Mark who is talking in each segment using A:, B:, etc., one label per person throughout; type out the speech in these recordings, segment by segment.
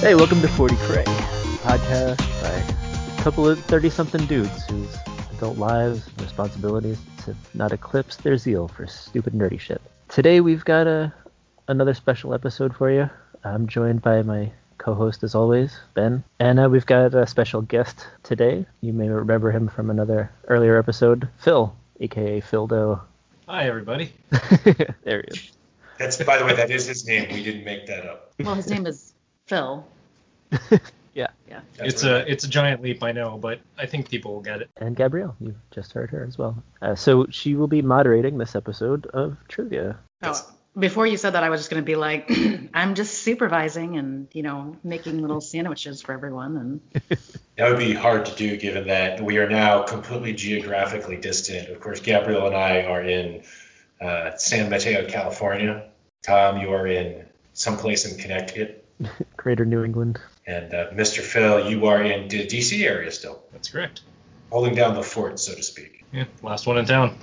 A: Hey, welcome to 40 Cray, a podcast by a couple of 30 something dudes whose adult lives and responsibilities have not eclipsed their zeal for stupid nerdy shit. Today we've got a, another special episode for you. I'm joined by my co host, as always, Ben. And uh, we've got a special guest today. You may remember him from another earlier episode, Phil, aka Phildo.
B: Hi, everybody.
A: there he is.
C: That's by the way, that is his name. We didn't make that up.
D: Well, his name is Phil.
A: Yeah.
D: Yeah.
C: That's
B: it's
C: what-
B: a it's a giant leap, I know, but I think people will get it.
A: and Gabrielle. You've just heard her as well. Uh, so she will be moderating this episode of trivia.
D: Oh, before you said that, I was just going to be like, I'm just supervising and you know making little sandwiches for everyone. And
C: that would be hard to do given that we are now completely geographically distant. Of course, Gabriel and I are in uh, San Mateo, California. Tom, you are in someplace in Connecticut,
A: Greater New England.
C: and uh, Mr. Phil, you are in the D.C. area still,
B: That's correct.
C: holding down the fort, so to speak.
B: Yeah, last one in town.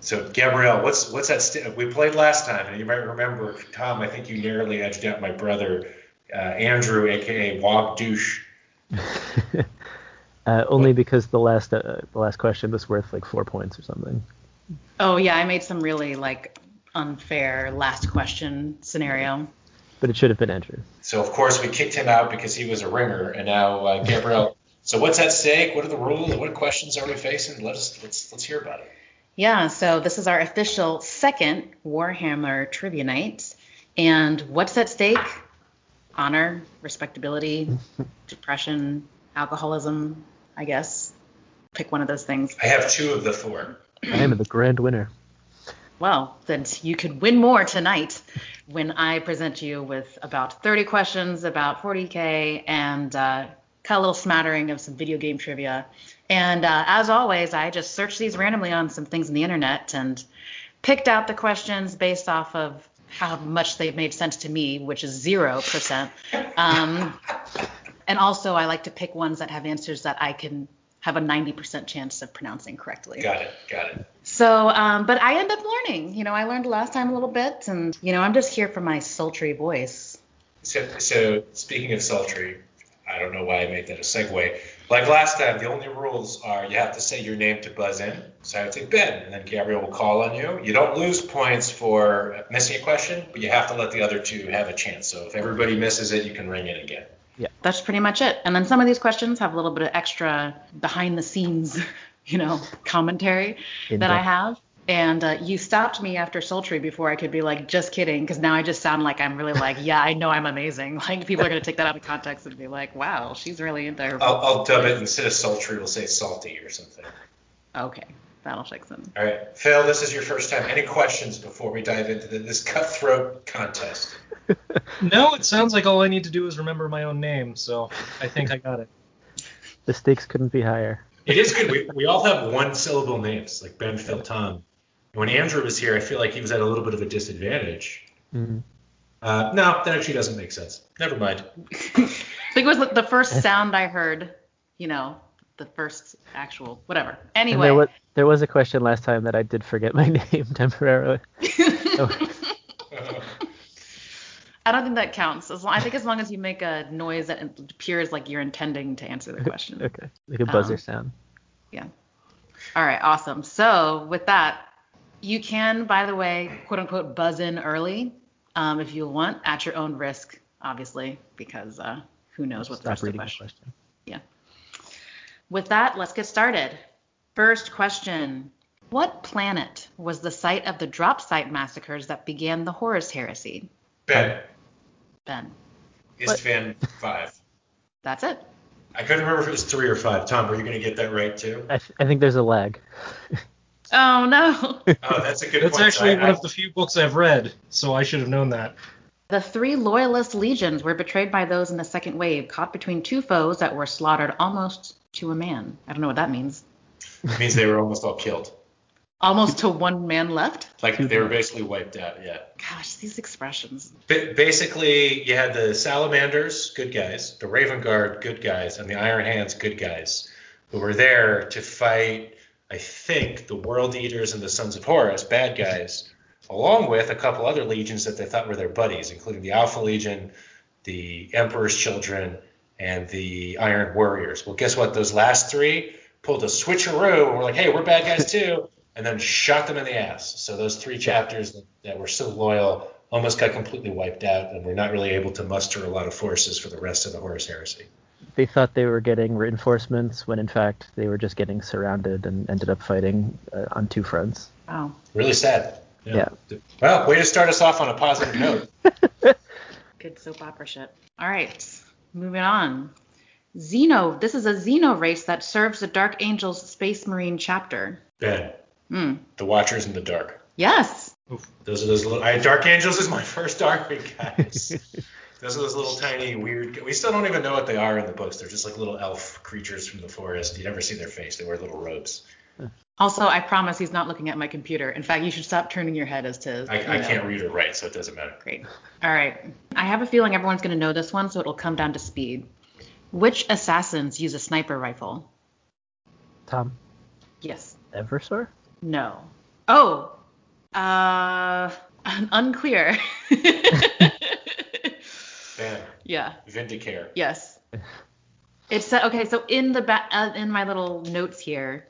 C: So, Gabrielle, what's what's that? St- we played last time, and you might remember, Tom. I think you narrowly edged out my brother, uh, Andrew, aka Wob Douche.
A: Uh, only because the last uh, the last question was worth like four points or something.
D: oh yeah, I made some really like unfair last question scenario.
A: But it should have been Andrew.
C: So of course we kicked him out because he was a ringer, and now uh, Gabriel. so what's at stake? What are the rules? What questions are we facing? Let us let's let's hear about it.
D: Yeah, so this is our official second Warhammer trivia night, and what's at stake? Honor, respectability, depression, alcoholism. I guess pick one of those things.
C: I have two of the four.
A: I am the grand winner.
D: Well, then you could win more tonight when I present you with about 30 questions about 40K and uh, cut a little smattering of some video game trivia. And uh, as always, I just searched these randomly on some things in the internet and picked out the questions based off of how much they've made sense to me, which is 0%. Um, and also, I like to pick ones that have answers that I can have a 90% chance of pronouncing correctly.
C: Got it. Got it.
D: So, um, but I end up learning. You know, I learned last time a little bit, and you know, I'm just here for my sultry voice.
C: So so speaking of sultry, I don't know why I made that a segue. Like last time, the only rules are you have to say your name to buzz in. So I would say Ben, and then Gabriel will call on you. You don't lose points for missing a question, but you have to let the other two have a chance. So if everybody misses it, you can ring in again.
D: That's pretty much it. And then some of these questions have a little bit of extra behind the scenes, you know, commentary that I
A: In-depth.
D: have. And uh, you stopped me after sultry before I could be like, just kidding, because now I just sound like I'm really like, yeah, I know I'm amazing. Like people are gonna take that out of context and be like, wow, she's really into her.
C: I'll, I'll dub it instead of sultry, we'll say salty or something.
D: Okay, that'll fix them.
C: All right, Phil, this is your first time. Any questions before we dive into the, this cutthroat contest?
B: No, it sounds like all I need to do is remember my own name, so I think I got it.
A: The stakes couldn't be higher.
C: It is good. We, we all have one syllable names, like Ben, Phil, Tom. When Andrew was here, I feel like he was at a little bit of a disadvantage.
B: Mm-hmm.
A: Mm.
C: Uh, no, that actually doesn't make sense. Never mind.
D: I think it was like, the first sound I heard, you know, the first actual whatever.
A: And
D: Anyway,
A: there was there was a question last time that I did forget my name temporarily. Oh,
D: I don't think that counts. As long, I think as long as you make a noise that appears like you're intending to answer the question.
A: okay, like a buzzer
D: Um,
A: sound.
D: Yeah. All right, awesome. So with that, you can, by the way, quote unquote, buzz in early um, if you want, at your own risk, obviously, because uh, who knows what the
A: Stop
D: rest of the
A: reading the
D: question.
A: question.
D: Yeah. With that, let's get started. First question What planet was the site of the drop site massacres that began the Horus heresy?
C: Ben,
D: Ben,
A: What?
C: Istvan, five.
D: that's it.
C: I couldn't remember if it was three or five. Tom, were you going to get that right too?
A: I, th- I think there's a lag.
D: Oh, no.
C: Oh, that's a good
B: That's
C: point.
B: actually
C: I-
B: one
C: I-
B: of the few books I've read, so I should have known that.
D: the three loyalist legions were betrayed by those in the second wave, caught between two foes that were slaughtered almost to a man. I don't know what that means.
C: It means they were almost all killed.
D: Almost to one man left?
C: Like they were basically wiped out. Yeah.
D: Gosh, these expressions.
C: Ba- basically, you had the Salamanders, good guys, the Raven Guard, good guys, and the Iron Hands, good guys, who were there to fight, I think, the World Eaters and the Sons of Horus, bad guys, along with a couple other legions that they thought were their buddies, including the Alpha Legion, the Emperor's Children, and the Iron Warriors. Well, guess what? Those last three pulled a switcheroo and were like, hey, we're bad guys too, and then shot them in the ass. So those three chapters that, that were so loyal almost got completely wiped out, and we're not really able to muster a lot of forces for the rest of the Horus Heresy.
A: They thought they were getting reinforcements when in fact they were just getting surrounded and ended up fighting uh, on two fronts.
D: Wow.
C: Really sad.
A: Yeah.
C: Well, way to start us off on a positive note.
D: Good soap opera shit. All right. Moving on. Xeno. This is a Xeno race that serves the Dark Angels Space Marine chapter.
C: Ben,
D: Hmm.
C: the Watchers in the Dark.
D: Yes.
C: Those are those little. I, Dark Angels is my first army, guys. those are those little tiny weird. We still don't even know what they are in the books. They're just like little elf creatures from the forest. You never see their face. They wear little robes.
D: Also, I promise he's not looking at my computer. In fact, you should stop turning your head as to.
C: I,
D: you
C: I
D: know.
C: can't read or write, so it doesn't matter.
D: Great. All right. I have a feeling everyone's going to know this one, so it'll come down to speed. Which assassins use a sniper rifle?
A: Tom
D: Yes.
A: Eversor?
D: No. Oh. Uh. un- Unclear.
C: Ben,
D: yeah.
C: Vindicare.
D: Yes. It said okay. So in the ba- uh, in my little notes here,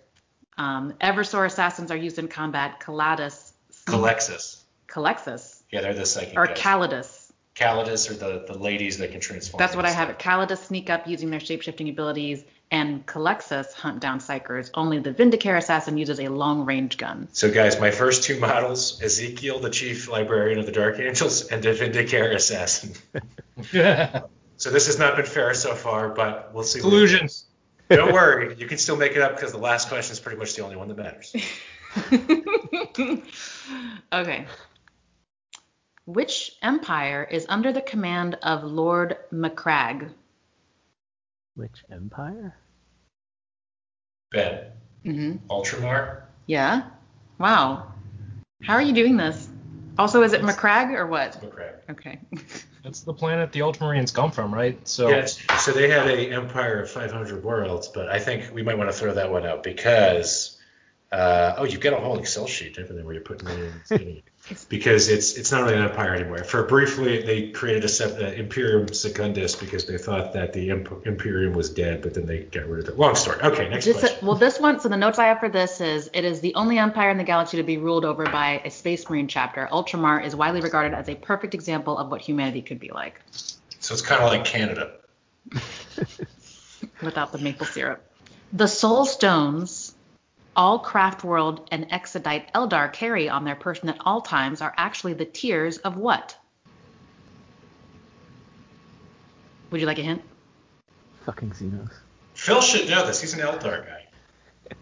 D: um, Eversor assassins are used in combat. Calidus,
C: Calexis.
D: Calexus,
C: Yeah, they're the psychic
D: or
C: guys.
D: Calidus.
C: Calidus are the, the ladies that can transform.
D: That's what I
C: into
D: have. Calidus sneak up using their shapeshifting abilities, and Calexus hunt down psychers. Only the Vindicare assassin uses a long range gun.
C: So, guys, my first two models Ezekiel, the chief librarian of the Dark Angels, and the Vindicare assassin. So, this has not been fair so far, but we'll see. what it
B: Collusion.
C: is. Don't worry, you can still make it up because the last question is pretty much the only one that matters.
D: okay. Which empire is under the command of Lord McCrag?
A: Which empire?
C: Ben,
D: hmm
C: Ultramar?
D: Yeah. Wow. How are you doing this? Also, is it McCrag or what?
C: McCrag.
D: Okay.
B: That's the planet the Ultramarines come from, right? So
C: Yes. So they had a Empire of 500 worlds, but I think we might want to throw that one out because uh, oh, you've got a whole Excel sheet, haven't you, where you're putting that in? because it's it's not really an empire anymore. For briefly, they created a sep- uh, Imperium Secundus because they thought that the imp- Imperium was dead, but then they got rid of it. Long story. Okay, next
D: Just
C: question.
D: well, this one. So the notes I have for this is it is the only empire in the galaxy to be ruled over by a space marine chapter. Ultramar is widely regarded as a perfect example of what humanity could be like
C: so it's kind of like Canada.
D: without the maple syrup. The Soul Stones, all Craft World and Exodite Eldar carry on their person at all times are actually the tears of what? Would you like a hint?
A: Fucking Xenos.
C: Phil should know this. He's an Eldar guy.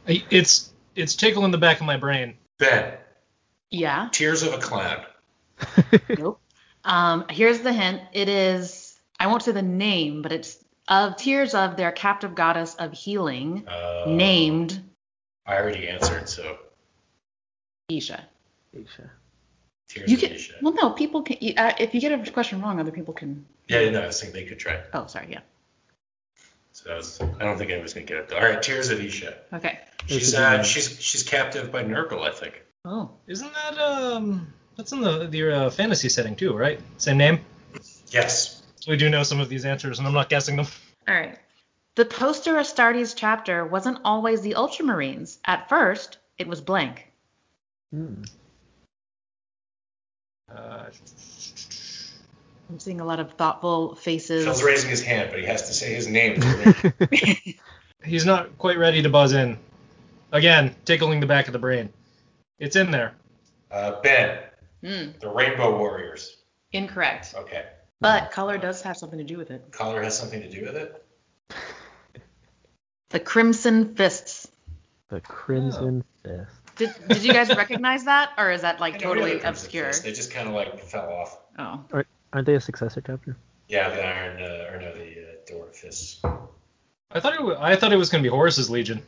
B: I- it's it's tickling the back of my brain.
C: Ben,
D: Yeah.
C: Tears of a Clown.
D: Nope. Um, here's the hint. It is I won't say the name, but it's of Tears of their captive goddess of healing,
C: Uh,
D: named
C: I already answered, so
D: Isha.
A: Asia.
C: Tears
D: You
C: of
D: can
C: Asia.
D: well no people can you- uh, if you get a question wrong, other people can.
C: Yeah, you know, I was thinking they could try.
D: Oh, sorry, yeah.
C: So I, was, I don't think anyone's gonna get it. Though. All right, Tears of Isha.
D: Okay.
C: She's
A: a good
C: uh,
A: one.
C: she's she's captive by Nurgle, I think.
D: Oh,
B: Isn't that um that's in the the uh, fantasy setting too, right? Same name.
C: Yes.
B: We do know some of these answers, and I'm not guessing them.
D: all right. The poster Astartes chapter wasn't always the Ultramarines. At first, it was blank.
A: Hmm.
B: Uh,
D: I'm seeing a lot of thoughtful faces.
C: Phil's raising his hand, but he has to say his name.
B: he's not quite ready to buzz in. Again, tickling the back of the brain. It's in there.
C: uh, ben,
D: Hmm,
C: the Rainbow Warriors.
D: incorrect.
C: Okay.
D: But color does have something to do with it.
C: Color has something to do with it.
D: The Crimson Fists.
A: The Crimson Fist.
D: Did, did you guys recognize that, or is that like
C: I know the other
D: totally
C: Crimson
D: obscure?
C: Fist, They just kind of like fell off.
D: Oh,
A: Aren't they a successor chapter?
C: Yeah, the Iron uh, or no, the uh, Dwarf Fists.
B: I thought it was, I thought it was gonna be Horus's Legion,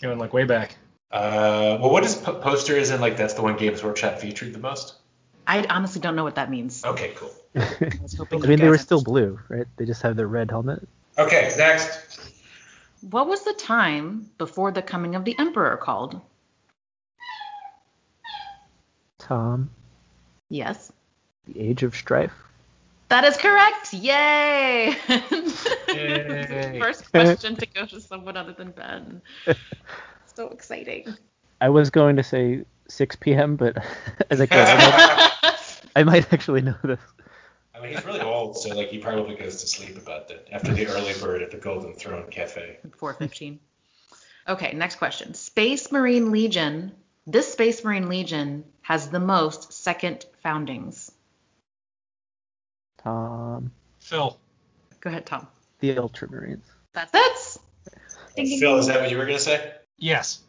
B: going like way back.
C: Uh, well, what is po- poster is in like that's the one Games Workshop featured the most.
D: I honestly don't know what that means.
C: Okay, cool.
A: I
D: I was hoping. you
A: mean, they
D: guys
A: were still
D: understood.
A: blue, right? They just have their red helmet.
C: Okay, next.
D: What was the time before the coming of the Emperor called?
A: Tom,
D: Yes.
A: the Age of Strife.
D: That is correct. Yay!
B: Yay.
D: First question to go to someone other than Ben. so exciting.
A: I was going to say 6 p.m., but as I could, I might, I might actually know this.
C: I mean, he's really old, so like he probably goes to sleep about that after the early bird at the Golden Throne Cafe.
D: 415. Okay, next question. Space Marine Legion. This Space Marine Legion has the most second foundings.
A: Tom,
B: Phil.
D: Go ahead, Tom.
A: the Ultramarines.
D: That's it. Ding, ding,
C: Phil,
D: ding.
C: is that what you were gonna say?
B: Yes.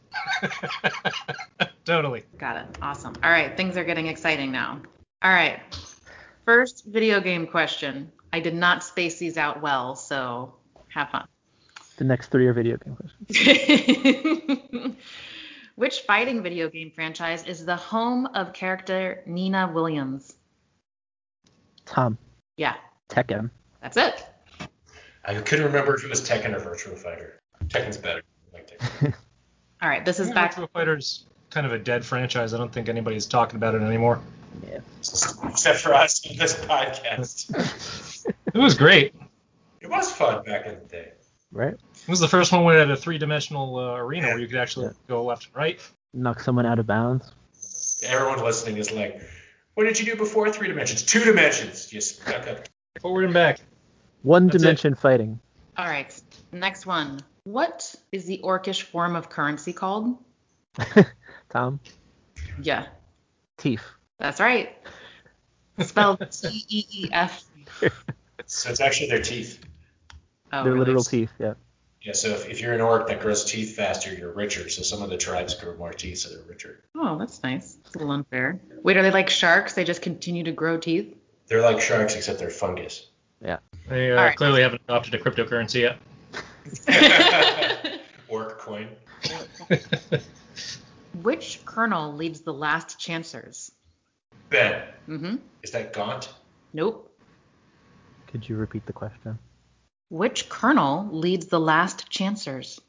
B: totally.
D: Got it. Awesome. All right, things are getting exciting now. All right. First video game question. I did not space these out well, so have fun.
A: The next three are video game questions.
D: Which fighting video game franchise is the home of character Nina Williams?
A: Tom,
D: Yeah,
A: Tekken.
D: that's it.
C: I couldn't remember if it was Tekken or Virtua Fighter. Tekken's better. I like Tekken.
D: All right, this is
B: Yeah,
D: back.
B: Virtua Fighter's kind of a dead franchise. I don't think anybody's talking about it anymore.
A: Yeah.
C: Except for us in this podcast.
B: It was great.
C: It was fun back in the day.
A: Right?
B: It was the first one where it had a three-dimensional uh, arena
C: Yeah.
B: where you could actually
A: Yeah.
B: go left and right.
A: Knock someone out of bounds.
C: Everyone listening is like, what did you do before? Three dimensions. Two dimensions. You stuck up.
B: Forward and back.
A: One
B: That's it.
A: dimension fighting.
D: All right, next one. What is the orcish form of currency called?
A: Tom,
D: Yeah,
A: Teef.
D: that's right. Spelled T E E F.
C: So it's actually their teeth.
D: Oh,
A: They're
D: really?
A: literal teeth, yeah.
C: Yeah, so if, if you're an orc that grows teeth faster, you're richer. So some of the tribes grow more teeth, so they're richer.
D: Oh, that's nice. It's a little unfair. Wait, are they like sharks? They just continue to grow teeth?
C: They're like sharks, except they're fungus.
B: They uh,
D: All right.
B: clearly haven't adopted a cryptocurrency yet.
C: Orc coin.
D: Which colonel leads the last chancers?
C: Ben,
D: Mm-hmm.
C: is that gaunt?
D: Nope.
A: Could you repeat the question?
D: Which colonel leads the last chancers?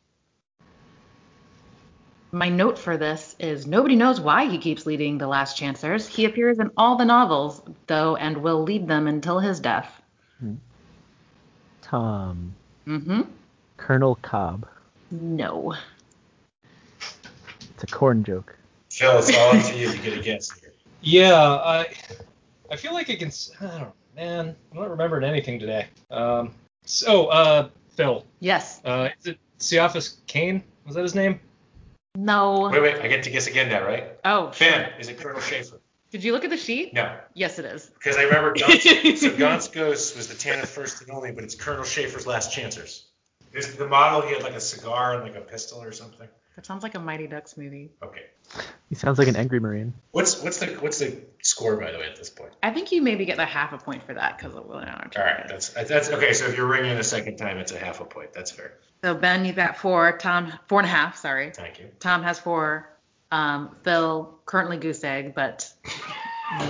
D: My note for this is nobody knows why he keeps leading the last chancers. He appears in all the novels, though, and will lead them until his death.
A: Tom,
D: Mm-hmm.
A: Colonel Cobb.
D: No.
A: It's a corn joke.
C: Phil, it's all up to you. You get a guess here.
B: Yeah, I I feel like I can. s- I don't know, man. I'm not remembering anything today. Um, so, uh, Phil,
D: Yes.
B: uh, is it Siafis Kane? Was that his name?
D: No.
C: Wait, wait, I get to guess again now, right?
D: Oh, sure.
C: Ben, is it Colonel Schaefer?
D: Did you look at the sheet?
C: No,
D: Yes, it is.
C: because I remember Gaunt's, so Gaunt's Ghost was the Tanith first and only, but it's Colonel Schaefer's last chancers. Is the model he had like a cigar and like a pistol or something?
D: That sounds like a Mighty Ducks movie.
C: Okay.
A: He sounds like an angry marine.
C: What's what's the what's the score by the way at this point?
D: I think you maybe get the half a point for that because of William
C: All right, that's that's okay. So if you're ringing a second time, it's a half a point. That's fair.
D: So Ben, you've got four. Tom, four and a half. Sorry.
C: Thank you.
D: Tom has four. Um, Phil, currently goose egg, but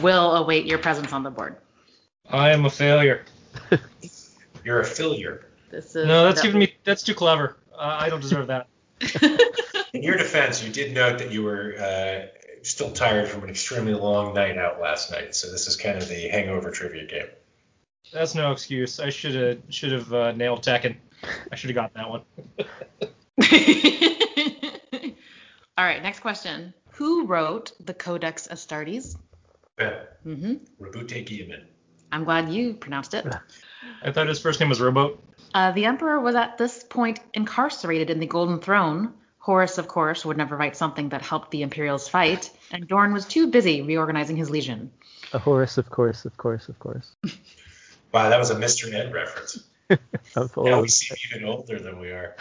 D: will await your presence on the board.
B: I am a failure.
C: You're a failure.
D: This is
B: no, that's giving me. That's too clever. Uh, I don't deserve that.
C: In your defense, you did note that you were uh, still tired from an extremely long night out last night, so this is kind of the hangover trivia game.
B: That's no excuse. I should have should have uh, nailed Tekken. I should have gotten that one.
D: All right, next question. Who wrote the Codex Astartes?
C: Ben,
D: hmm
C: Rabute Guillemin.
D: I'm glad you pronounced it.
B: I thought his first name was Rowboat.
D: Uh, the emperor was at this point incarcerated in the Golden Throne. Horus, of course, would never write something that helped the Imperials fight, and Dorn was too busy reorganizing his legion.
A: A Horus, of course, of course, of course.
C: Wow, that was a Mr. Ed reference.
A: Of
C: Now
A: all-
C: we seem even older than we are.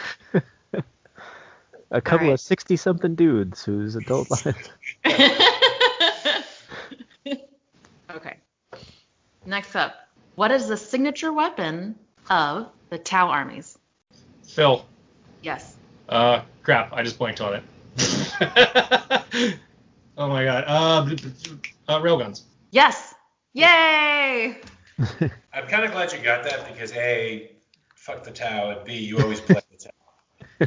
A: a couple
D: Alright.
A: of 60 something dudes whose adult lives.
D: okay. Next up, what is the signature weapon of the Tau armies?
B: Phil.
D: Yes.
B: Uh, crap. I just blanked on it. oh my god. Uh, b- b- uh, railguns.
D: Yes. Yay!
C: I'm kind of glad you got that because A, fuck the Tau, and B, you always play the Tau.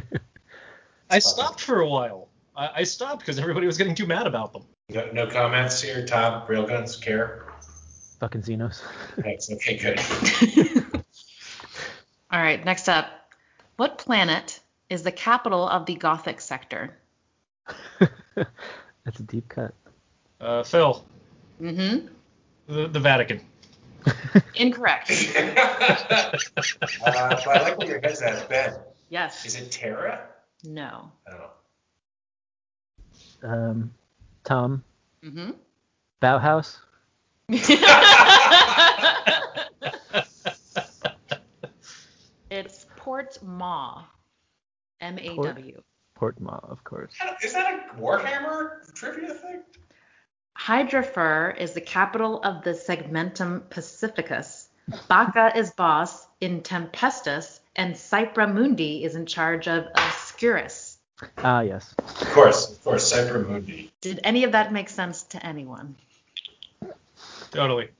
B: I stopped for a while. I, I stopped because everybody was getting too mad about them.
C: No, no comments here, Tom. Railguns, care.
A: Fucking Xenos.
C: That's okay, good.
D: All right, next up. What planet is the capital of the Gothic sector?
A: That's a deep cut.
B: Uh, Phil,
D: Mm-hmm.
B: the, the Vatican.
D: Incorrect.
C: uh, but I like where your head's at, Ben.
D: Yes.
C: Is it Terra?
D: No.
C: Oh.
A: Um, Tom,
D: Mm-hmm.
A: Bauhaus.
D: it's Port Maw. M A W.
A: Portmaw, of course.
C: I don't- Is that a Warhammer trivia thing?
D: Hydrofer is the capital of the segmentum pacificus. Baca is boss in Tempestus, and Cypra Mundi is in charge of Obscurus.
A: Ah, yes.
C: Of course, of course, Cyber Mundi.
D: Did any of that make sense to anyone?
B: Totally.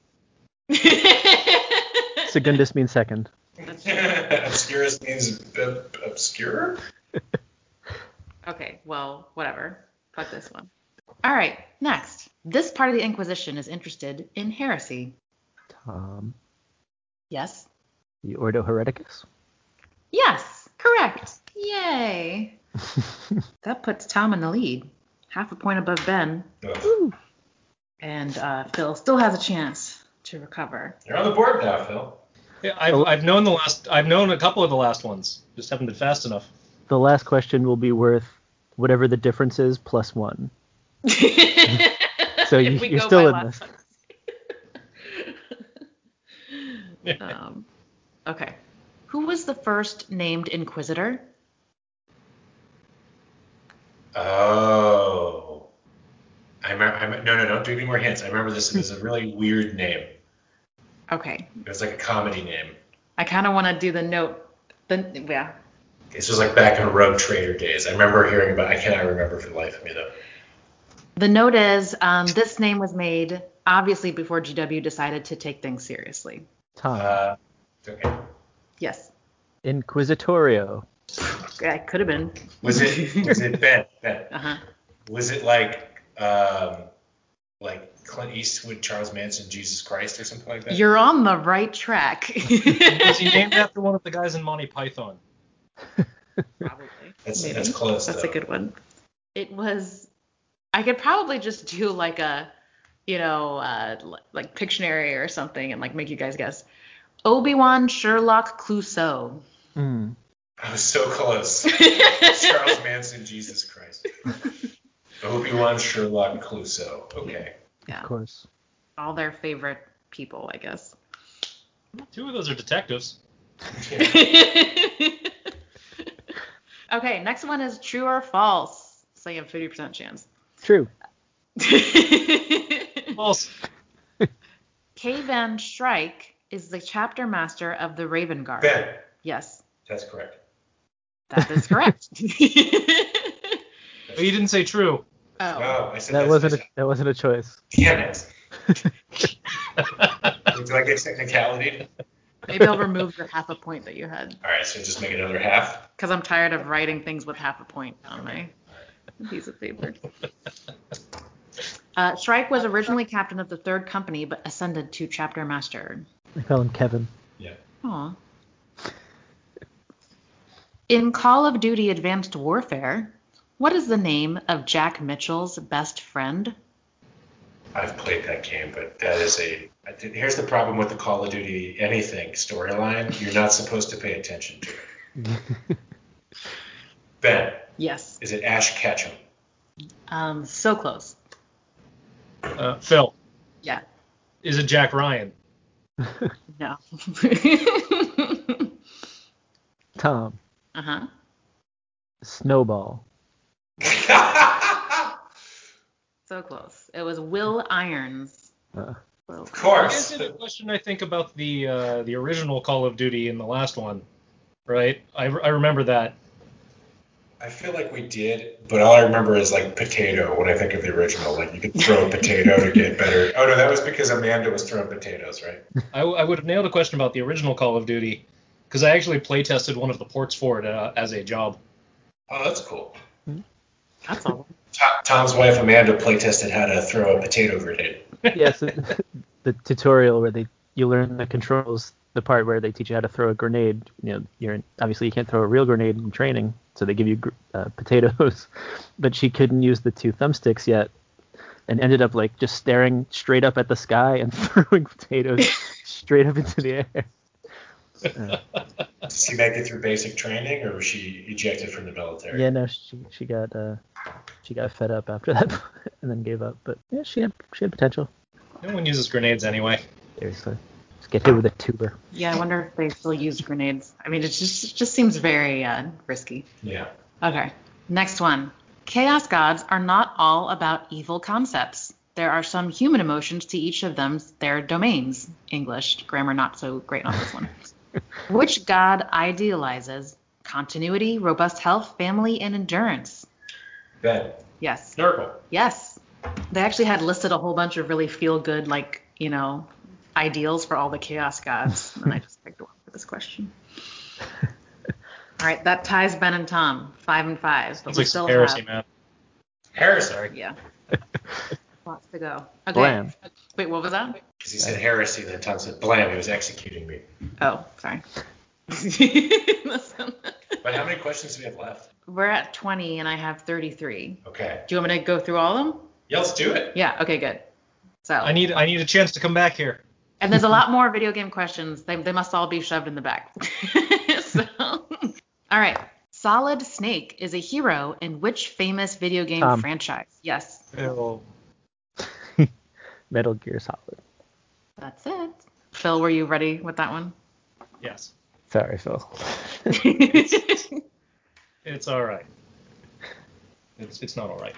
A: Secundus means second.
C: Obscurus means ob- obscure?
D: Okay, well, whatever. Fuck this one. All right, next. This part of the Inquisition is interested in heresy.
A: Tom,
D: Yes?
A: the Ordo Hereticus.
D: Yes, correct. Yay. that puts Tom in the lead. Half a point above Ben,
C: Ugh.
A: Woo.
D: and uh, Phil still has a chance to recover.
C: You're on the board now, Phil.
B: Yeah, I've, I've known the last. I've known a couple of the last ones. Just haven't been fast enough.
A: The last question will be worth whatever the difference is plus one. So you,
D: If we
A: you're
D: go
A: still
D: by
A: in this.
D: last one. um, okay. Who was the first named Inquisitor?
C: Oh. I remember, I me- no, no, don't do any more hints. I remember this. It was a really weird name.
D: Okay.
C: It was like a comedy name.
D: I kind of want to do the note. The, yeah.
C: This was like back in Rogue Trader days. I remember hearing about. I cannot remember for the life of me though.
D: The note is um, this name was made obviously before GW decided to take things seriously.
A: Tom,
C: Uh, okay.
D: Yes.
A: Inquisitorio.
D: Yeah, it could have been.
C: Was it was it Ben? Ben?
D: Uh huh.
C: Was it like um like Clint Eastwood, Charles Manson, Jesus Christ, or something like that?
D: You're on the right track.
B: Was he named after one of the guys in Monty Python?
D: Probably.
C: that's
D: Maybe.
C: that's close.
D: That's
C: though.
D: a good one. It was. I could probably just do like a, you know, uh, li- like Pictionary or something, and like make you guys guess. Obi Wan Sherlock Clouseau.
A: Mm.
C: I was so close. Charles Manson, Jesus Christ. Obi Wan, Sherlock, Clouseau. Okay.
D: Yeah.
A: Of course.
D: All their favorite people, I guess.
B: Two of those are detectives.
D: okay, next one is true or false. So you have 50% chance.
A: True.
B: False.
D: K. Van Shrike is the chapter master of the Raven Guard.
C: Ben,
D: Yes,
C: that's correct.
D: that is correct.
B: Oh, you didn't say true.
D: oh,
C: No, I said
A: That
C: that's
A: wasn't a,
C: that's-
A: that wasn't a choice.
C: Damn it.
B: Uh,
C: Do I get technicality?
D: maybe I'll remove your half a point that you had
C: All right, so just make another half.
D: because I'm tired of writing things with half a point on my piece of paper. Uh, Shrike was originally captain of the third company but ascended to chapter master.
A: I call him Kevin.
C: Yeah.
D: Aw. In Call of Duty Advanced Warfare, what is the name of Jack Mitchell's best friend?
C: I've played that game, but that is a. I did- Here's the problem with the Call of Duty anything storyline. You're not supposed to pay attention to it. Ben,
D: Yes.
C: is it Ash Ketchum?
D: Um, so close.
B: Uh, Phil,
D: Yeah.
B: is it Jack Ryan?
D: No.
A: Tom,
D: uh huh.
A: Snowball.
C: of
D: So close. It was Will Irons.
A: Uh,
D: So close.
B: You guys
C: course.
B: did a question I think about the uh, the original Call of Duty in the last one, right? I, I remember that.
C: I feel like we did, but all I remember is like potato when I think of the original. Like you could throw a potato to get better. Oh no, that was because Amanda was throwing potatoes, right?
B: I, w- I would have nailed a question about the original Call of Duty because I actually play tested one of the ports for it uh, as a job.
C: Oh, that's cool.
D: That's all.
C: To- Tom's wife Amanda play tested how to throw a potato grenade.
A: yes, the tutorial where they you learn the controls, the part where they teach you how to throw a grenade. You know, you're obviously you can't throw a real grenade in training, so they give you gr- uh, potatoes. but she couldn't use the two thumbsticks yet, and ended up like just staring straight up at the sky and throwing potatoes straight up into the air.
C: Did she make it through basic training, or was she ejected from the military?
A: Yeah, no, she she got uh, she got fed up after that and then gave up. But yeah, she had she had potential.
B: No one uses grenades anyway.
A: Seriously, just get hit with a tuber.
D: Yeah, I wonder if they still use grenades. I mean, it just it just seems very uh, risky.
C: Yeah.
D: Okay, next one. Chaos gods are not all about evil concepts. There are some human emotions to each of them, their domains. English, grammar not so great on this one. Which god idealizes continuity, robust health, family, and endurance?
C: Ben.
D: Yes.
C: Nurgle.
D: Yes. They actually had listed a whole bunch of really feel good, like, you know, ideals for all the chaos gods. and I just picked one for this question. all right, that ties Ben and Tom, five and five. But
B: It's
D: we
B: like
D: still
B: some heresy,
D: have,
B: man.
C: Heresy.
D: yeah. Lots to go. Okay.
A: Blam.
D: Wait, what was that?
C: Because he said heresy, and then Tom said, blam, he was executing me.
D: Oh, sorry. Listen.
C: But how many questions do we have left?
D: We're at 20 and I have 33.
C: Okay.
D: Do you want me to go through all of them?
C: Yeah, let's do it.
D: Yeah, okay, good. So,
B: I need I need a chance to come back here.
D: And there's a lot more video game questions. They, they must all be shoved in the back. so, all right. Solid Snake is a hero in which famous video game
A: Tom.
D: franchise? Yes,
B: Phil.
A: Metal Gear Solid.
D: that's it. Phil, were you ready with that one?
B: Yes.
A: Sorry, Phil.
B: It's all right. It's it's not all right.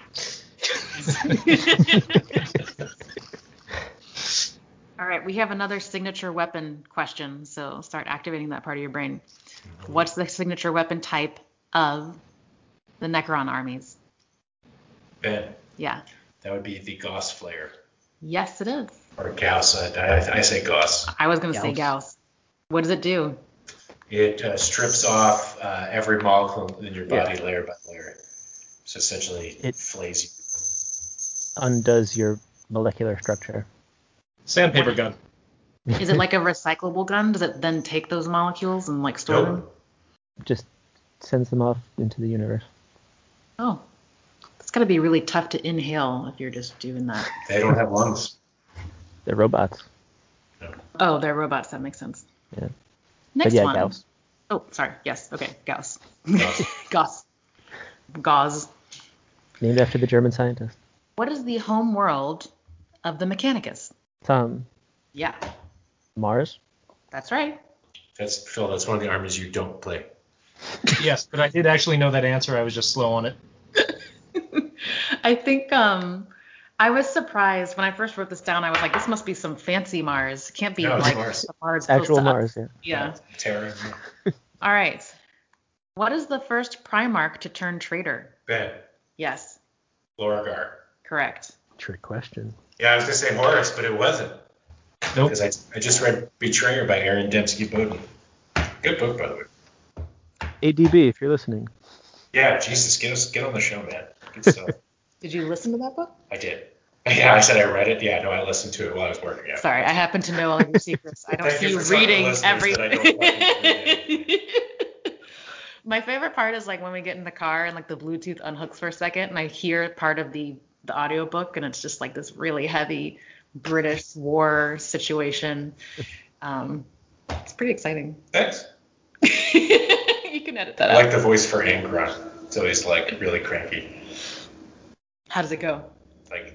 D: all right, we have another signature weapon question. So start activating that part of your brain. What's the signature weapon type of the Necron armies?
C: Ben.
D: Yeah.
C: That would be the Gauss flare.
D: Yes, it is.
C: Or Gauss. I, I, I say Gauss.
D: I was going to say
A: Gauss.
D: Gauss. What does it do?
C: It uh, strips off uh, every molecule in your body
A: Yeah.
C: layer by layer. So essentially, it
A: It-
C: flays you.
A: Undoes your molecular structure.
B: Sandpaper gun.
D: Is it like a recyclable gun? Does it then take those molecules and like store them?
C: Nope.
A: Just sends them off into the universe.
D: Oh, it's gotta be really tough to inhale if you're just doing that.
C: They don't have lungs.
A: They're robots.
D: Oh, they're robots. That makes sense.
A: Yeah.
D: Next
A: but yeah,
D: one.
A: Gauss.
D: Oh, sorry. Yes. Okay. Gauss.
C: Gauss.
D: Gauss. Gauss.
A: Named after the German scientist.
D: What is the home world of the Mechanicus?
A: Tom
D: Yeah,
A: Mars.
D: that's right.
C: That's Phil. That's one of the armies you don't play.
B: Yes, but I did actually know that answer. I was just slow on it.
D: I think um, I was surprised when I first wrote this down. I was like, this must be some fancy Mars. Can't be
C: No, it's
D: like
C: Mars.
D: the Mars close
A: Actual
D: to us."
A: Mars. Yeah.
D: Yeah.
C: Terra.
D: All right. What is the first Primarch to turn traitor?
C: Ben.
D: Yes,
C: Lorgar.
D: correct.
A: Trick question.
C: Yeah, I was gonna say Horus, but it wasn't
B: Nope.
C: because I, I just read Betrayer by Aaron Dembski Bowden. Good book, by the way.
A: ADB, if you're listening.
C: Yeah, Jesus, get us get on the show, man. Good stuff.
D: Did you listen to that book?
C: I did. Yeah, I said I read it. Yeah, no, I listened to it while I was working out.
D: Sorry, I happen to know all your secrets. I don't
C: Thank you
D: see you
C: for telling
D: reading
C: listeners
D: every.
C: that I don't fucking
D: My favorite part is like when we get in the car and like the Bluetooth unhooks for a second and I hear part of the the audiobook and it's just like this really heavy British war situation. Um, it's pretty exciting.
C: Thanks.
D: you can edit that
C: I
D: out.
C: like the voice for Angron. It's always like really cranky.
D: How does it go?
C: Like,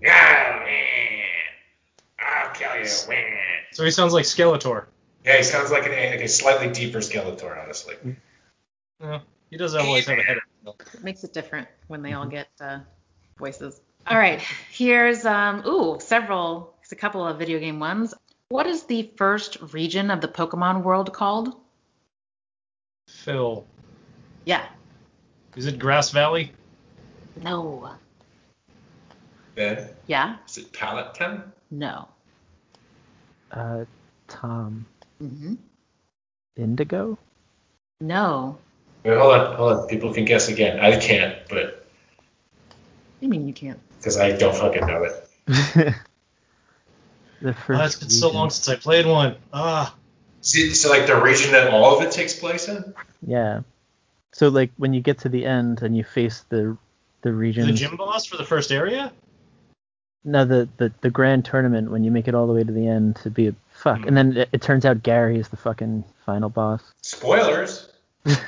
C: yeah, man. I'll kill you. man."
B: So he sounds like Skeletor.
C: Yeah, he sounds like, an, like a slightly deeper Skeletor, honestly.
B: No, he does always have a headache. though.
D: It makes it different when they all get uh, voices. All right, here's um ooh several, it's a couple of video game ones. What is the first region of the Pokemon world called?
B: Phil.
D: Yeah,
B: Is it Grass Valley?
D: no,
C: Ben,
D: yeah,
C: is it Pallet Town?
D: no.
A: Uh, Tom
D: hmm
A: Indigo.
D: No,
C: Wait, hold on, hold on. People can guess again. I can't, but
D: I mean you can't.
C: because I don't fucking know it.
A: The
B: Oh,
A: first
B: it's been so
A: region.
B: long since I played one. Ah,
C: See, so like the region that all of it takes place in?
A: Yeah. So like when you get to the end and you face the the region.
B: the gym boss for the first area?
A: No, the, the the grand tournament when you make it all the way to the end to be a fuck, and then it, it turns out Gary is the fucking final boss.
C: Spoilers.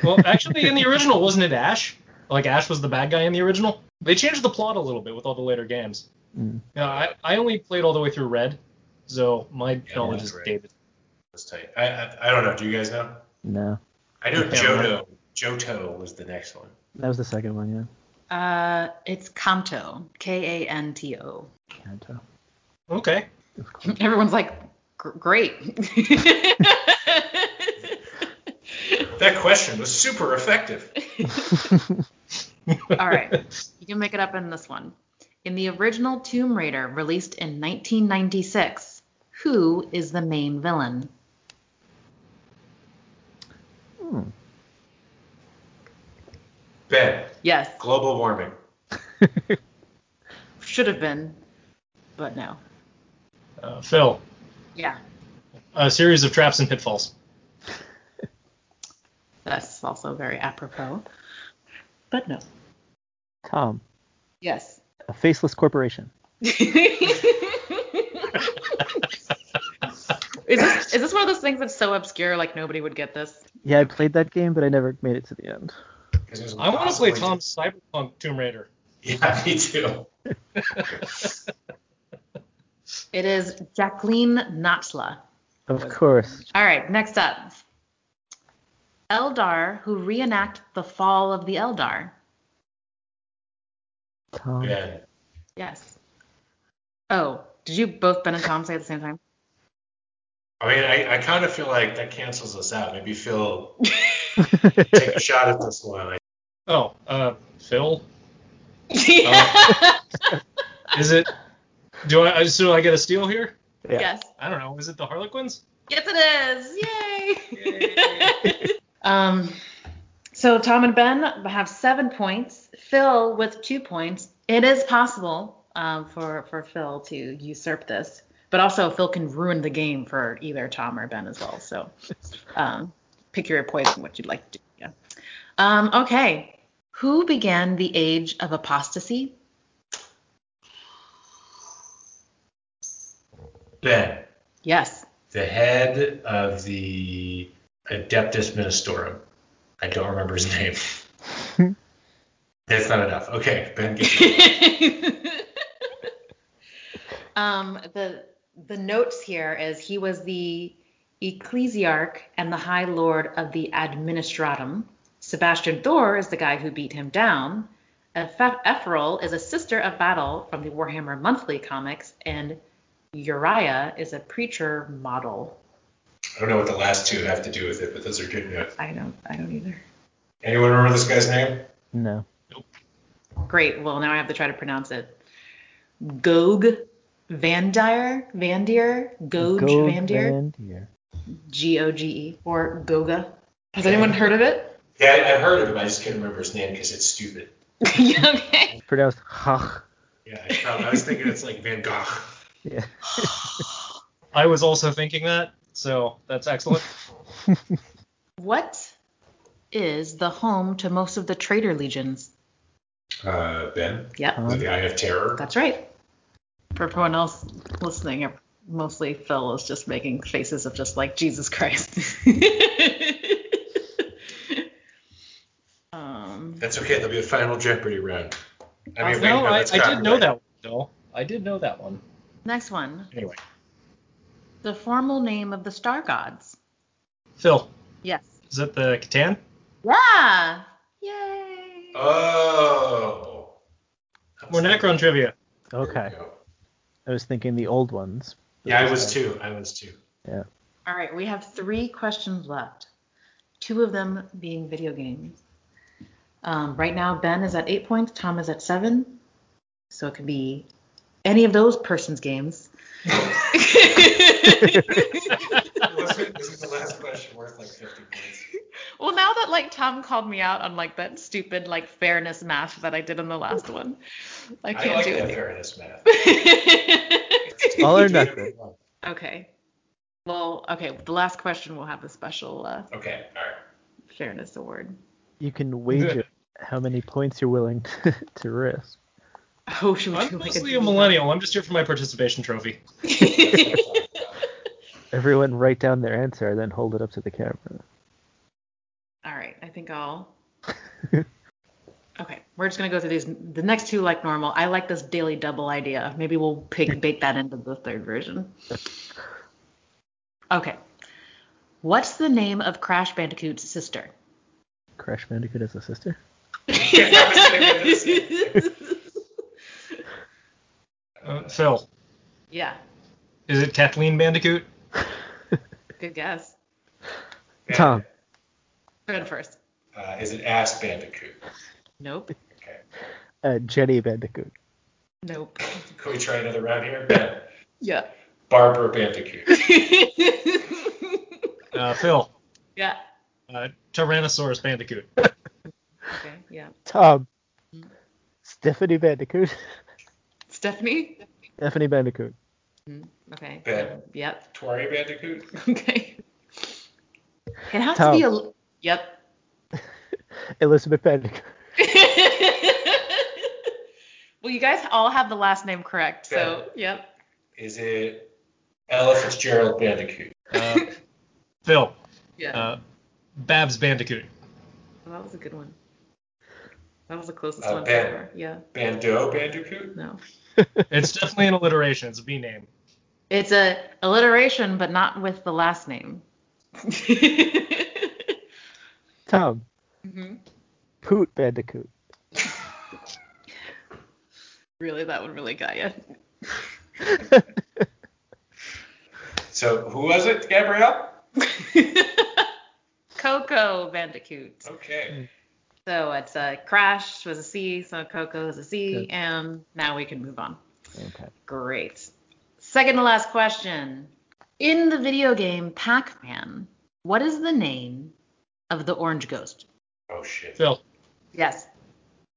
B: Well, actually, in the original, wasn't it Ash? Like Ash was the bad guy in the original. They changed the plot a little bit with all the later games.
A: Mm.
B: Yeah, I, I only played all the way through Red, so my knowledge
C: that's
B: is
C: right.
B: dated.
C: That's tight. I, I, I don't know. Do you guys know?
A: No,
C: I know
B: Yeah,
C: Johto. Johto was the next one.
A: that was the second one, yeah.
D: Uh, it's Kanto, K A N T O.
A: Kanto.
B: Okay.
A: Of course.
D: Everyone's like, "Gr- great.
C: That question was super effective.
D: All right. You can make it up in this one. In the original Tomb Raider released in 1996, who is the main villain?
A: Hmm.
C: Ben,
D: Yes,
C: global warming.
D: should have been, but no.
B: Uh, Phil,
D: Yeah,
B: a series of traps and pitfalls.
D: that's also very apropos, but no.
A: Tom,
D: Yes.
A: a faceless corporation.
D: Is this, is this one of those things that's so obscure, like nobody would get this?
A: Yeah, I played that game, but I never made it to the end.
C: 'Cause it was
B: I want to play
C: impossible
B: Tom's Cyberpunk Tomb Raider.
C: Yeah, me too.
D: It is Jacqueline Notla.
A: Of course.
D: All right, next up. Eldar who reenact the fall of the Eldar.
A: Tom.
C: Ben.
D: Yes. Oh, did you both Ben and Tom say at the same time?
C: I mean, I, I kind of feel like that cancels us out. Maybe Phil take a shot at this one. I,
B: Oh, uh, Phil,
D: yes.
B: is it? Do I? uh, So I get a steal here?
A: yeah.
B: I don't know. Is it the Harlequins?
D: Yes, it is. Yay. um, so Tom and Ben have seven points. Phil with two points. It is possible um, for for Phil to usurp this, but also Phil can ruin the game for either Tom or Ben as well. So um, pick your poison, what you'd like to do. Yeah. Um, okay. Who began the age of apostasy?
C: ben,
D: Yes.
C: the head of the Adeptus Ministorum. I don't remember his name. That's not enough. Okay, Ben. Get
D: um, the the notes here is he was the ecclesiarch and the high lord of the administratum. Sebastian Thor is the guy who beat him down. Eph- Epheral is a sister of battle from the Warhammer Monthly comics, and Uriah is a preacher model.
C: I don't know what the last two have to do with it, but those are good notes.
D: I don't, I don't either.
C: Anyone remember this guy's name?
A: No.
D: Great. Well, now I have to try to pronounce it. Gog Vandyre, Vandier, Gog
A: Go
D: Vandier,
A: Van Dier.
D: G O G E, or Goga. Has anyone heard of it?
C: Yeah, I, I heard of him. I just couldn't remember his name because it's stupid.
D: Yeah, okay.
A: It's pronounced Hach.
C: Yeah, I, probably, I was thinking it's like Van Gogh.
A: Yeah.
B: I was also thinking that. So that's excellent.
D: What is the home to most of the traitor legions?
C: Uh, ben,
D: Yep,
A: Tom.
C: the Eye of Terror.
D: that's right. For everyone else listening, mostly Phil is just making faces of just like Jesus Christ. um,
C: That's okay. There'll be a final Jeopardy round. I mean,
D: Awesome.
C: wait,
B: Uh, no, I,
C: that's
B: I did know
C: copyright.
B: that. One, though. I did know that one.
D: next one.
B: Anyway,
D: The formal name of the star gods.
B: Phil,
D: Yes.
B: is it the Catan?
D: Yeah. Yay.
C: Oh.
B: More Necron trivia.
C: There we
A: Okay.
C: go.
A: I was thinking the old ones.
C: Yeah, I was too. I was too.
D: All right, we have three questions left, two of them being video games. Um, right now, Ben is at eight points, Tom is at seven, so it could be any of those persons' games.
C: Wasn't wasn't the last question worth like 50 points?
D: Well, now that like Tom called me out on like that stupid like fairness math that I did in the last one, I
C: I,
D: can't
C: like
D: do
C: that
D: it.
C: fairness math.
A: All or nothing.
D: Okay. Well, okay. The last question will have a special uh,
C: Okay, all right.
D: fairness award.
A: You can wager how many points you're willing to, to risk.
D: Oh, should we
B: I'm
D: do like
B: mostly a
D: digital-
B: millennial. I'm just here for my participation trophy.
A: Everyone write down their answer and then hold it up to the camera.
D: All right. I think I'll. Okay, we're just gonna go through these. The next two like normal. I like this daily double idea. Maybe we'll pig, bake that into the third version. Okay. What's the name of Crash Bandicoot's sister?
A: Crash Bandicoot has a sister?
B: Uh, Phil,
D: yeah,
B: is it Kathleen Bandicoot?
D: good guess.
A: Tom.
D: Fred first.
C: Uh, is it Ass Bandicoot?
D: Nope.
C: Okay.
A: Uh, Jenny Bandicoot.
D: Nope.
C: Can we try another round here? Ben.
D: Yeah.
C: Barbara Bandicoot.
B: Uh, Phil,
D: yeah.
B: uh, Tyrannosaurus Bandicoot.
D: Okay. Yeah.
A: Tom. Stephanie Bandicoot.
D: Stephanie.
A: Stephanie Bandicoot.
D: Okay.
C: Ben.
D: Yep.
C: Tori Bandicoot?
D: Okay. It has
A: Tom.
D: to be a. Yep.
A: Elizabeth Bandicoot.
D: well, you guys all have the last name correct, so yep.
C: Is it Ella Fitzgerald Bandicoot?
B: Uh, Phil,
D: Yeah.
B: uh, Babs Bandicoot.
D: Well, that was a good one. That was the closest
C: Uh,
D: one
C: Ben.
D: ever. Yeah.
C: Bando Bandicoot?
D: No.
B: It's definitely an alliteration. It's a B name.
D: It's a alliteration, but not with the last name. Mhm.
A: Tom.
B: Mm-hmm.
A: Poot Bandicoot.
D: Really, that one really got you.
C: So who was it, Gabrielle?
D: Coco Bandicoot.
C: Okay.
D: So it's a crash was a C, so Coco is a C,
A: Good.
D: and now we can move on.
A: Okay.
D: Great. Second to last question. In the video game Pac Man, what is the name of the orange ghost?
C: Oh, shit.
B: Phil,
D: Yes,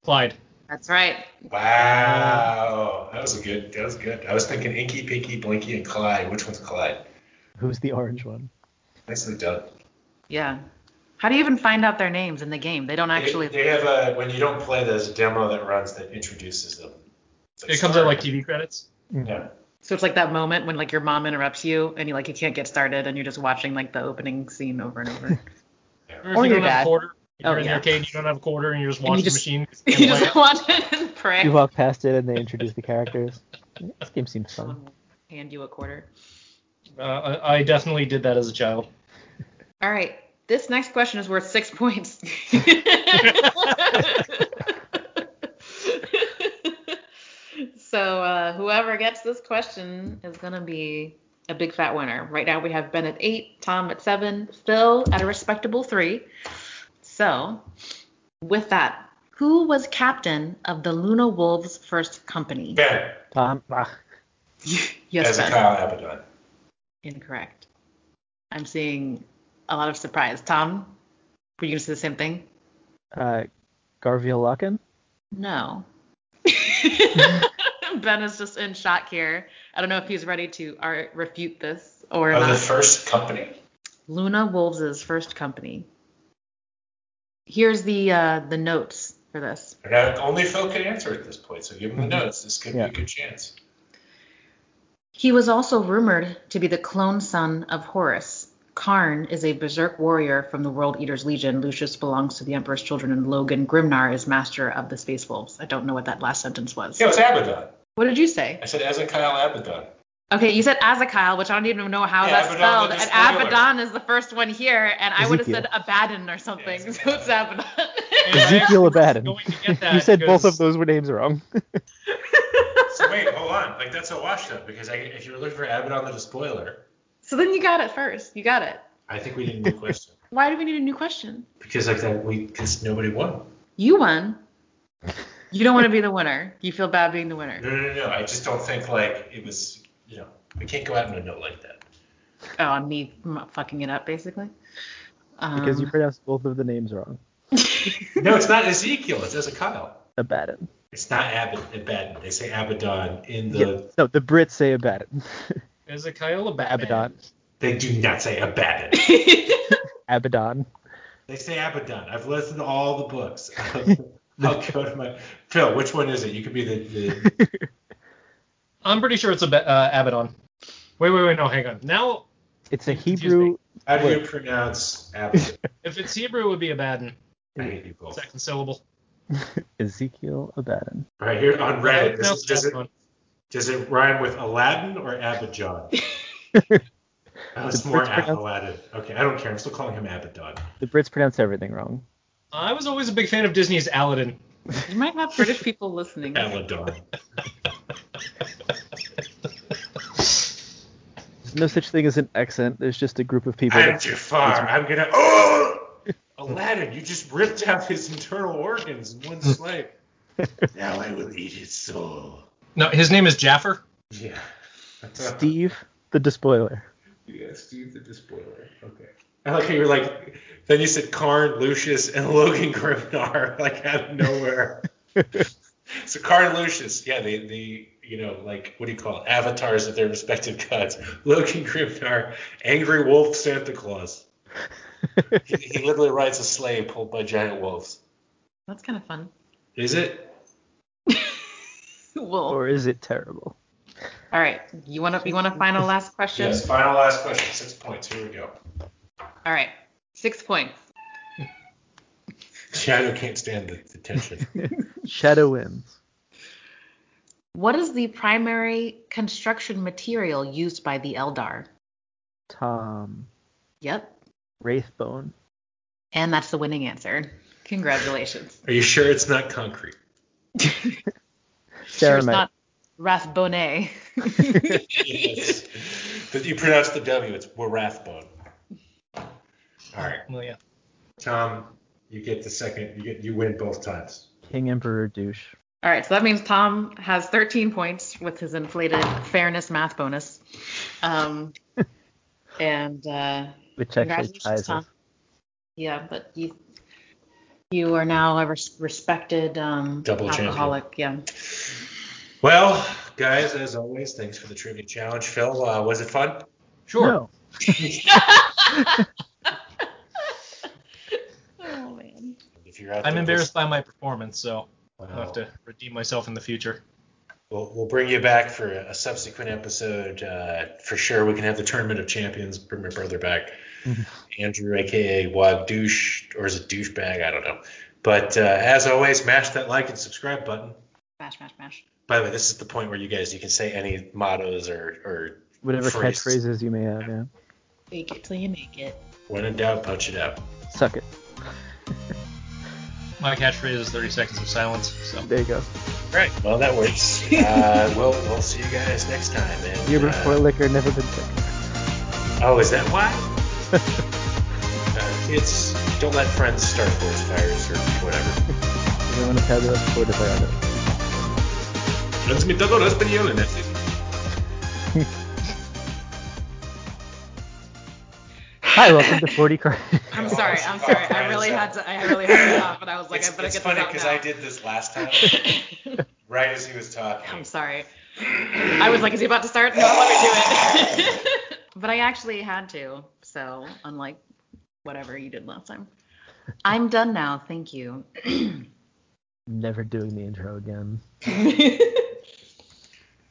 B: Clyde.
D: that's right.
C: Wow. That was a good. That was good. I was thinking Inky, Pinky, Blinky, and Clyde. Which one's Clyde?
A: Who's the orange one?
C: Nicely done.
D: Yeah. How do you even find out their names in the game? They don't actually.
C: They, they have a, when you don't play, there's a demo that runs that introduces them. It's
B: It comes out like TV credits.
C: Yeah.
D: So it's like that moment when like your mom interrupts you and you like you can't get started and you're just watching like the opening scene over and over.
B: Remember
D: Or
B: if you
D: your
B: don't have
D: dad.
B: a quarter. If
D: Oh,
B: you're in
D: yeah.
B: the arcade, and you don't have a quarter, and you just
D: And
B: watch
D: you
B: the
D: just-
B: machine. and
D: you
B: play
D: just watch it and pray.
A: You walk past it and they introduce the characters. This game seems fun.
D: Someone will hand you a quarter.
B: it. Uh, I I definitely did that as a child.
D: All right. This next question is worth six points. so uh, whoever gets this question is going to be a big fat winner. Right now we have Ben at eight, Tom at seven, Phil at a respectable three. So with that, who was captain of the Luna Wolves first company?
C: Ben,
A: Tom. Ah.
D: yes,
C: as a
D: Ben.
C: Kyle Abaddon.
D: Incorrect. I'm seeing a lot of surprise. Tom, were you going to say the same thing?
A: Uh, Garville Locken.
D: No. ben is just in shock here. I don't know if he's ready to ar- refute this or
C: Of the
D: not.
C: first company?
D: Luna Wolves' first company. Here's the uh, the notes for this.
C: Now, only Phil can answer at this point, so give him the
B: Mm-hmm.
C: notes. This could
A: Yeah.
C: be a good chance.
D: He was also rumored to be the clone son of Horus. Karn is a berserk warrior from the World Eaters Legion. Lucius belongs to the Emperor's Children, and Logan Grimnar is master of the Space Wolves. I don't know what that last sentence was.
C: Yeah, it was Abaddon.
D: What did you say?
C: I said as a Kyle Abaddon.
D: Okay, you said Azekile, which I don't even know how
C: Yeah,
D: that's
C: Abaddon
D: spelled.
C: is
D: And
C: singular.
D: Abaddon is the first one here, and I would have said
A: Ezekiel.
D: Abaddon or something,
C: Yeah,
D: so it's Abaddon.
B: And I
A: Ezekiel
B: actually was
A: Abaddon.
B: going to get that
A: You said both of
B: because-
A: those were names wrong.
C: So wait, hold on. Like that's a wash though, because I, if you were looking for Abaddon with a spoiler,
D: so then you got it first. You got it.
C: I think we need a new question
D: Why do we need a new question?
C: because like that we because nobody won.
D: You won. You don't want to be the winner. You feel bad being the winner.
C: No, no, no, no. I just don't think like it was. You know, we can't go out in a note like that.
D: Oh, on me m- fucking it up, basically. Um,
A: Because you pronounced both of the names wrong.
C: No, it's not Ezekiel. It's as a Kyle.
A: Abaddon.
C: It's not Ab- Abaddon. They say Abaddon in the.
A: Yeah. No, the Brits say Abaddon.
B: Is Kyola Batman?
A: Abaddon.
C: They do not say Abaddon.
D: Um,
A: Abaddon.
C: They say Abaddon. I've listened to all the books. I'll go to my Phil. Which one is it? You could be the, the
B: I'm pretty sure it's a uh, Abaddon. Wait, wait, wait. No, hang on. Now,
A: It's a
B: Excuse
A: Hebrew.
C: How do you pronounce Abaddon?
B: if it's Hebrew, it would be Abaddon.
C: I hate you both.
B: Second syllable.
A: Ezekiel Abaddon.
C: All right here
B: I
C: on Reddit.
B: would
C: Does,
B: pronounce
C: does, it,
B: Abaddon.
C: does it rhyme with Aladdin or Abaddon? Oh, it's
A: The
C: more
A: Brits pronounce-
C: Aladdin. Okay, I don't care. I'm still calling him Abaddon.
A: The Brits pronounce everything wrong.
B: I was always a big fan of Disney's Aladdin.
D: You might have British people listening.
C: Abaddon.
A: There's no such thing as an accent. There's just a group of people.
C: I'm
A: That,
C: Jafar. I'm gonna. Oh, Aladdin! You just ripped out his internal organs in one swipe. now I will eat his soul.
B: No, his name is Jaffer.
C: Yeah.
A: Steve the despoiler.
C: Yeah, Steve the Despoiler. Okay. I like how you were like, then you said Karn, Lucius, and Logan Grimnar, like out of nowhere. so Karn, Lucius, yeah, the, the, you know, like, what do you call it? Avatars of their respective gods. Logan Grimnar, Angry Wolf Santa Claus. he, he literally rides a sleigh pulled by giant wolves.
D: That's kind of fun.
C: Is it?
D: Well, all
A: Or is it terrible?
D: right. You want to you want a final last question?
C: Yes. Final last question. Six points. Here we go.
D: All right. Six points.
C: Shadow can't stand the, the tension.
A: Shadow wins.
D: What is the primary construction material used by the Eldar?
A: Tom.
D: Yep.
A: Wraithbone.
D: And that's the winning answer. Congratulations.
C: Are you sure it's not concrete?
D: sure
A: Ceramite.
D: it's not Rathbone.
C: yes. But you pronounce the W, it's Warathbone. All right,
B: Well, yeah.
C: Tom, you get the second. You get you win both times.
A: King Emperor douche.
D: All right, so that means Tom has 13 points with his inflated fairness math bonus. Um, and uh,
A: Which actually
D: congratulations,
A: ties
D: Tom.
A: us.
D: Yeah, but you you are now a res- respected um,
C: Double champion.
D: alcoholic.
C: Well, guys, as always, thanks for the trivia challenge, Phil. Uh, was it fun?
B: Sure.
A: No.
D: Yeah. Oh man.
C: If you're out
B: I'm
C: there,
B: embarrassed by my performance, so
C: Wow.
B: I'll have to redeem myself in the future.
C: We'll, we'll bring you back for a subsequent episode uh, for sure. We can have the tournament of champions. Bring my brother back,
A: Mhm.
C: Andrew, aka Wag Douche, or is it douchebag? I don't know. But uh, as always, mash that like and subscribe button.
D: Mash, mash, mash.
C: By the way, this is the point where you guys you can say any mottos or or
A: Whatever
C: Phrase.
A: catchphrases you may have, yeah.
D: Fake it till you make it.
C: when in doubt, punch it out.
A: Suck it.
B: My catchphrase is 30 seconds of silence. So
A: There you go.
C: Right. Well, that works. uh, we'll we'll see you guys next time. And,
A: Year
C: uh,
A: before liquor, never been sick.
C: Oh, is that why? Uh, kids, don't let friends start forest fires or whatever.
A: Everyone has had a fortifier on it.
C: Transmitador español en este.
A: Hi, welcome to 40 Card.
D: I'm
C: Oh,
D: sorry.
C: it's-
D: I'm
C: oh,
D: sorry. I
C: Brian's
D: really had
C: out.
D: to. I really had to stop, and I was like,
C: it's
D: I better
C: it's
D: get
C: funny
D: this
C: because
D: out
C: I
D: now.
C: did this last time, right as he was talking.
D: I'm sorry. I was like, is he about to start? No, I want to do it. but I actually had to. So, unlike whatever you did last time, I'm done now. Thank you.
A: Never doing the intro again.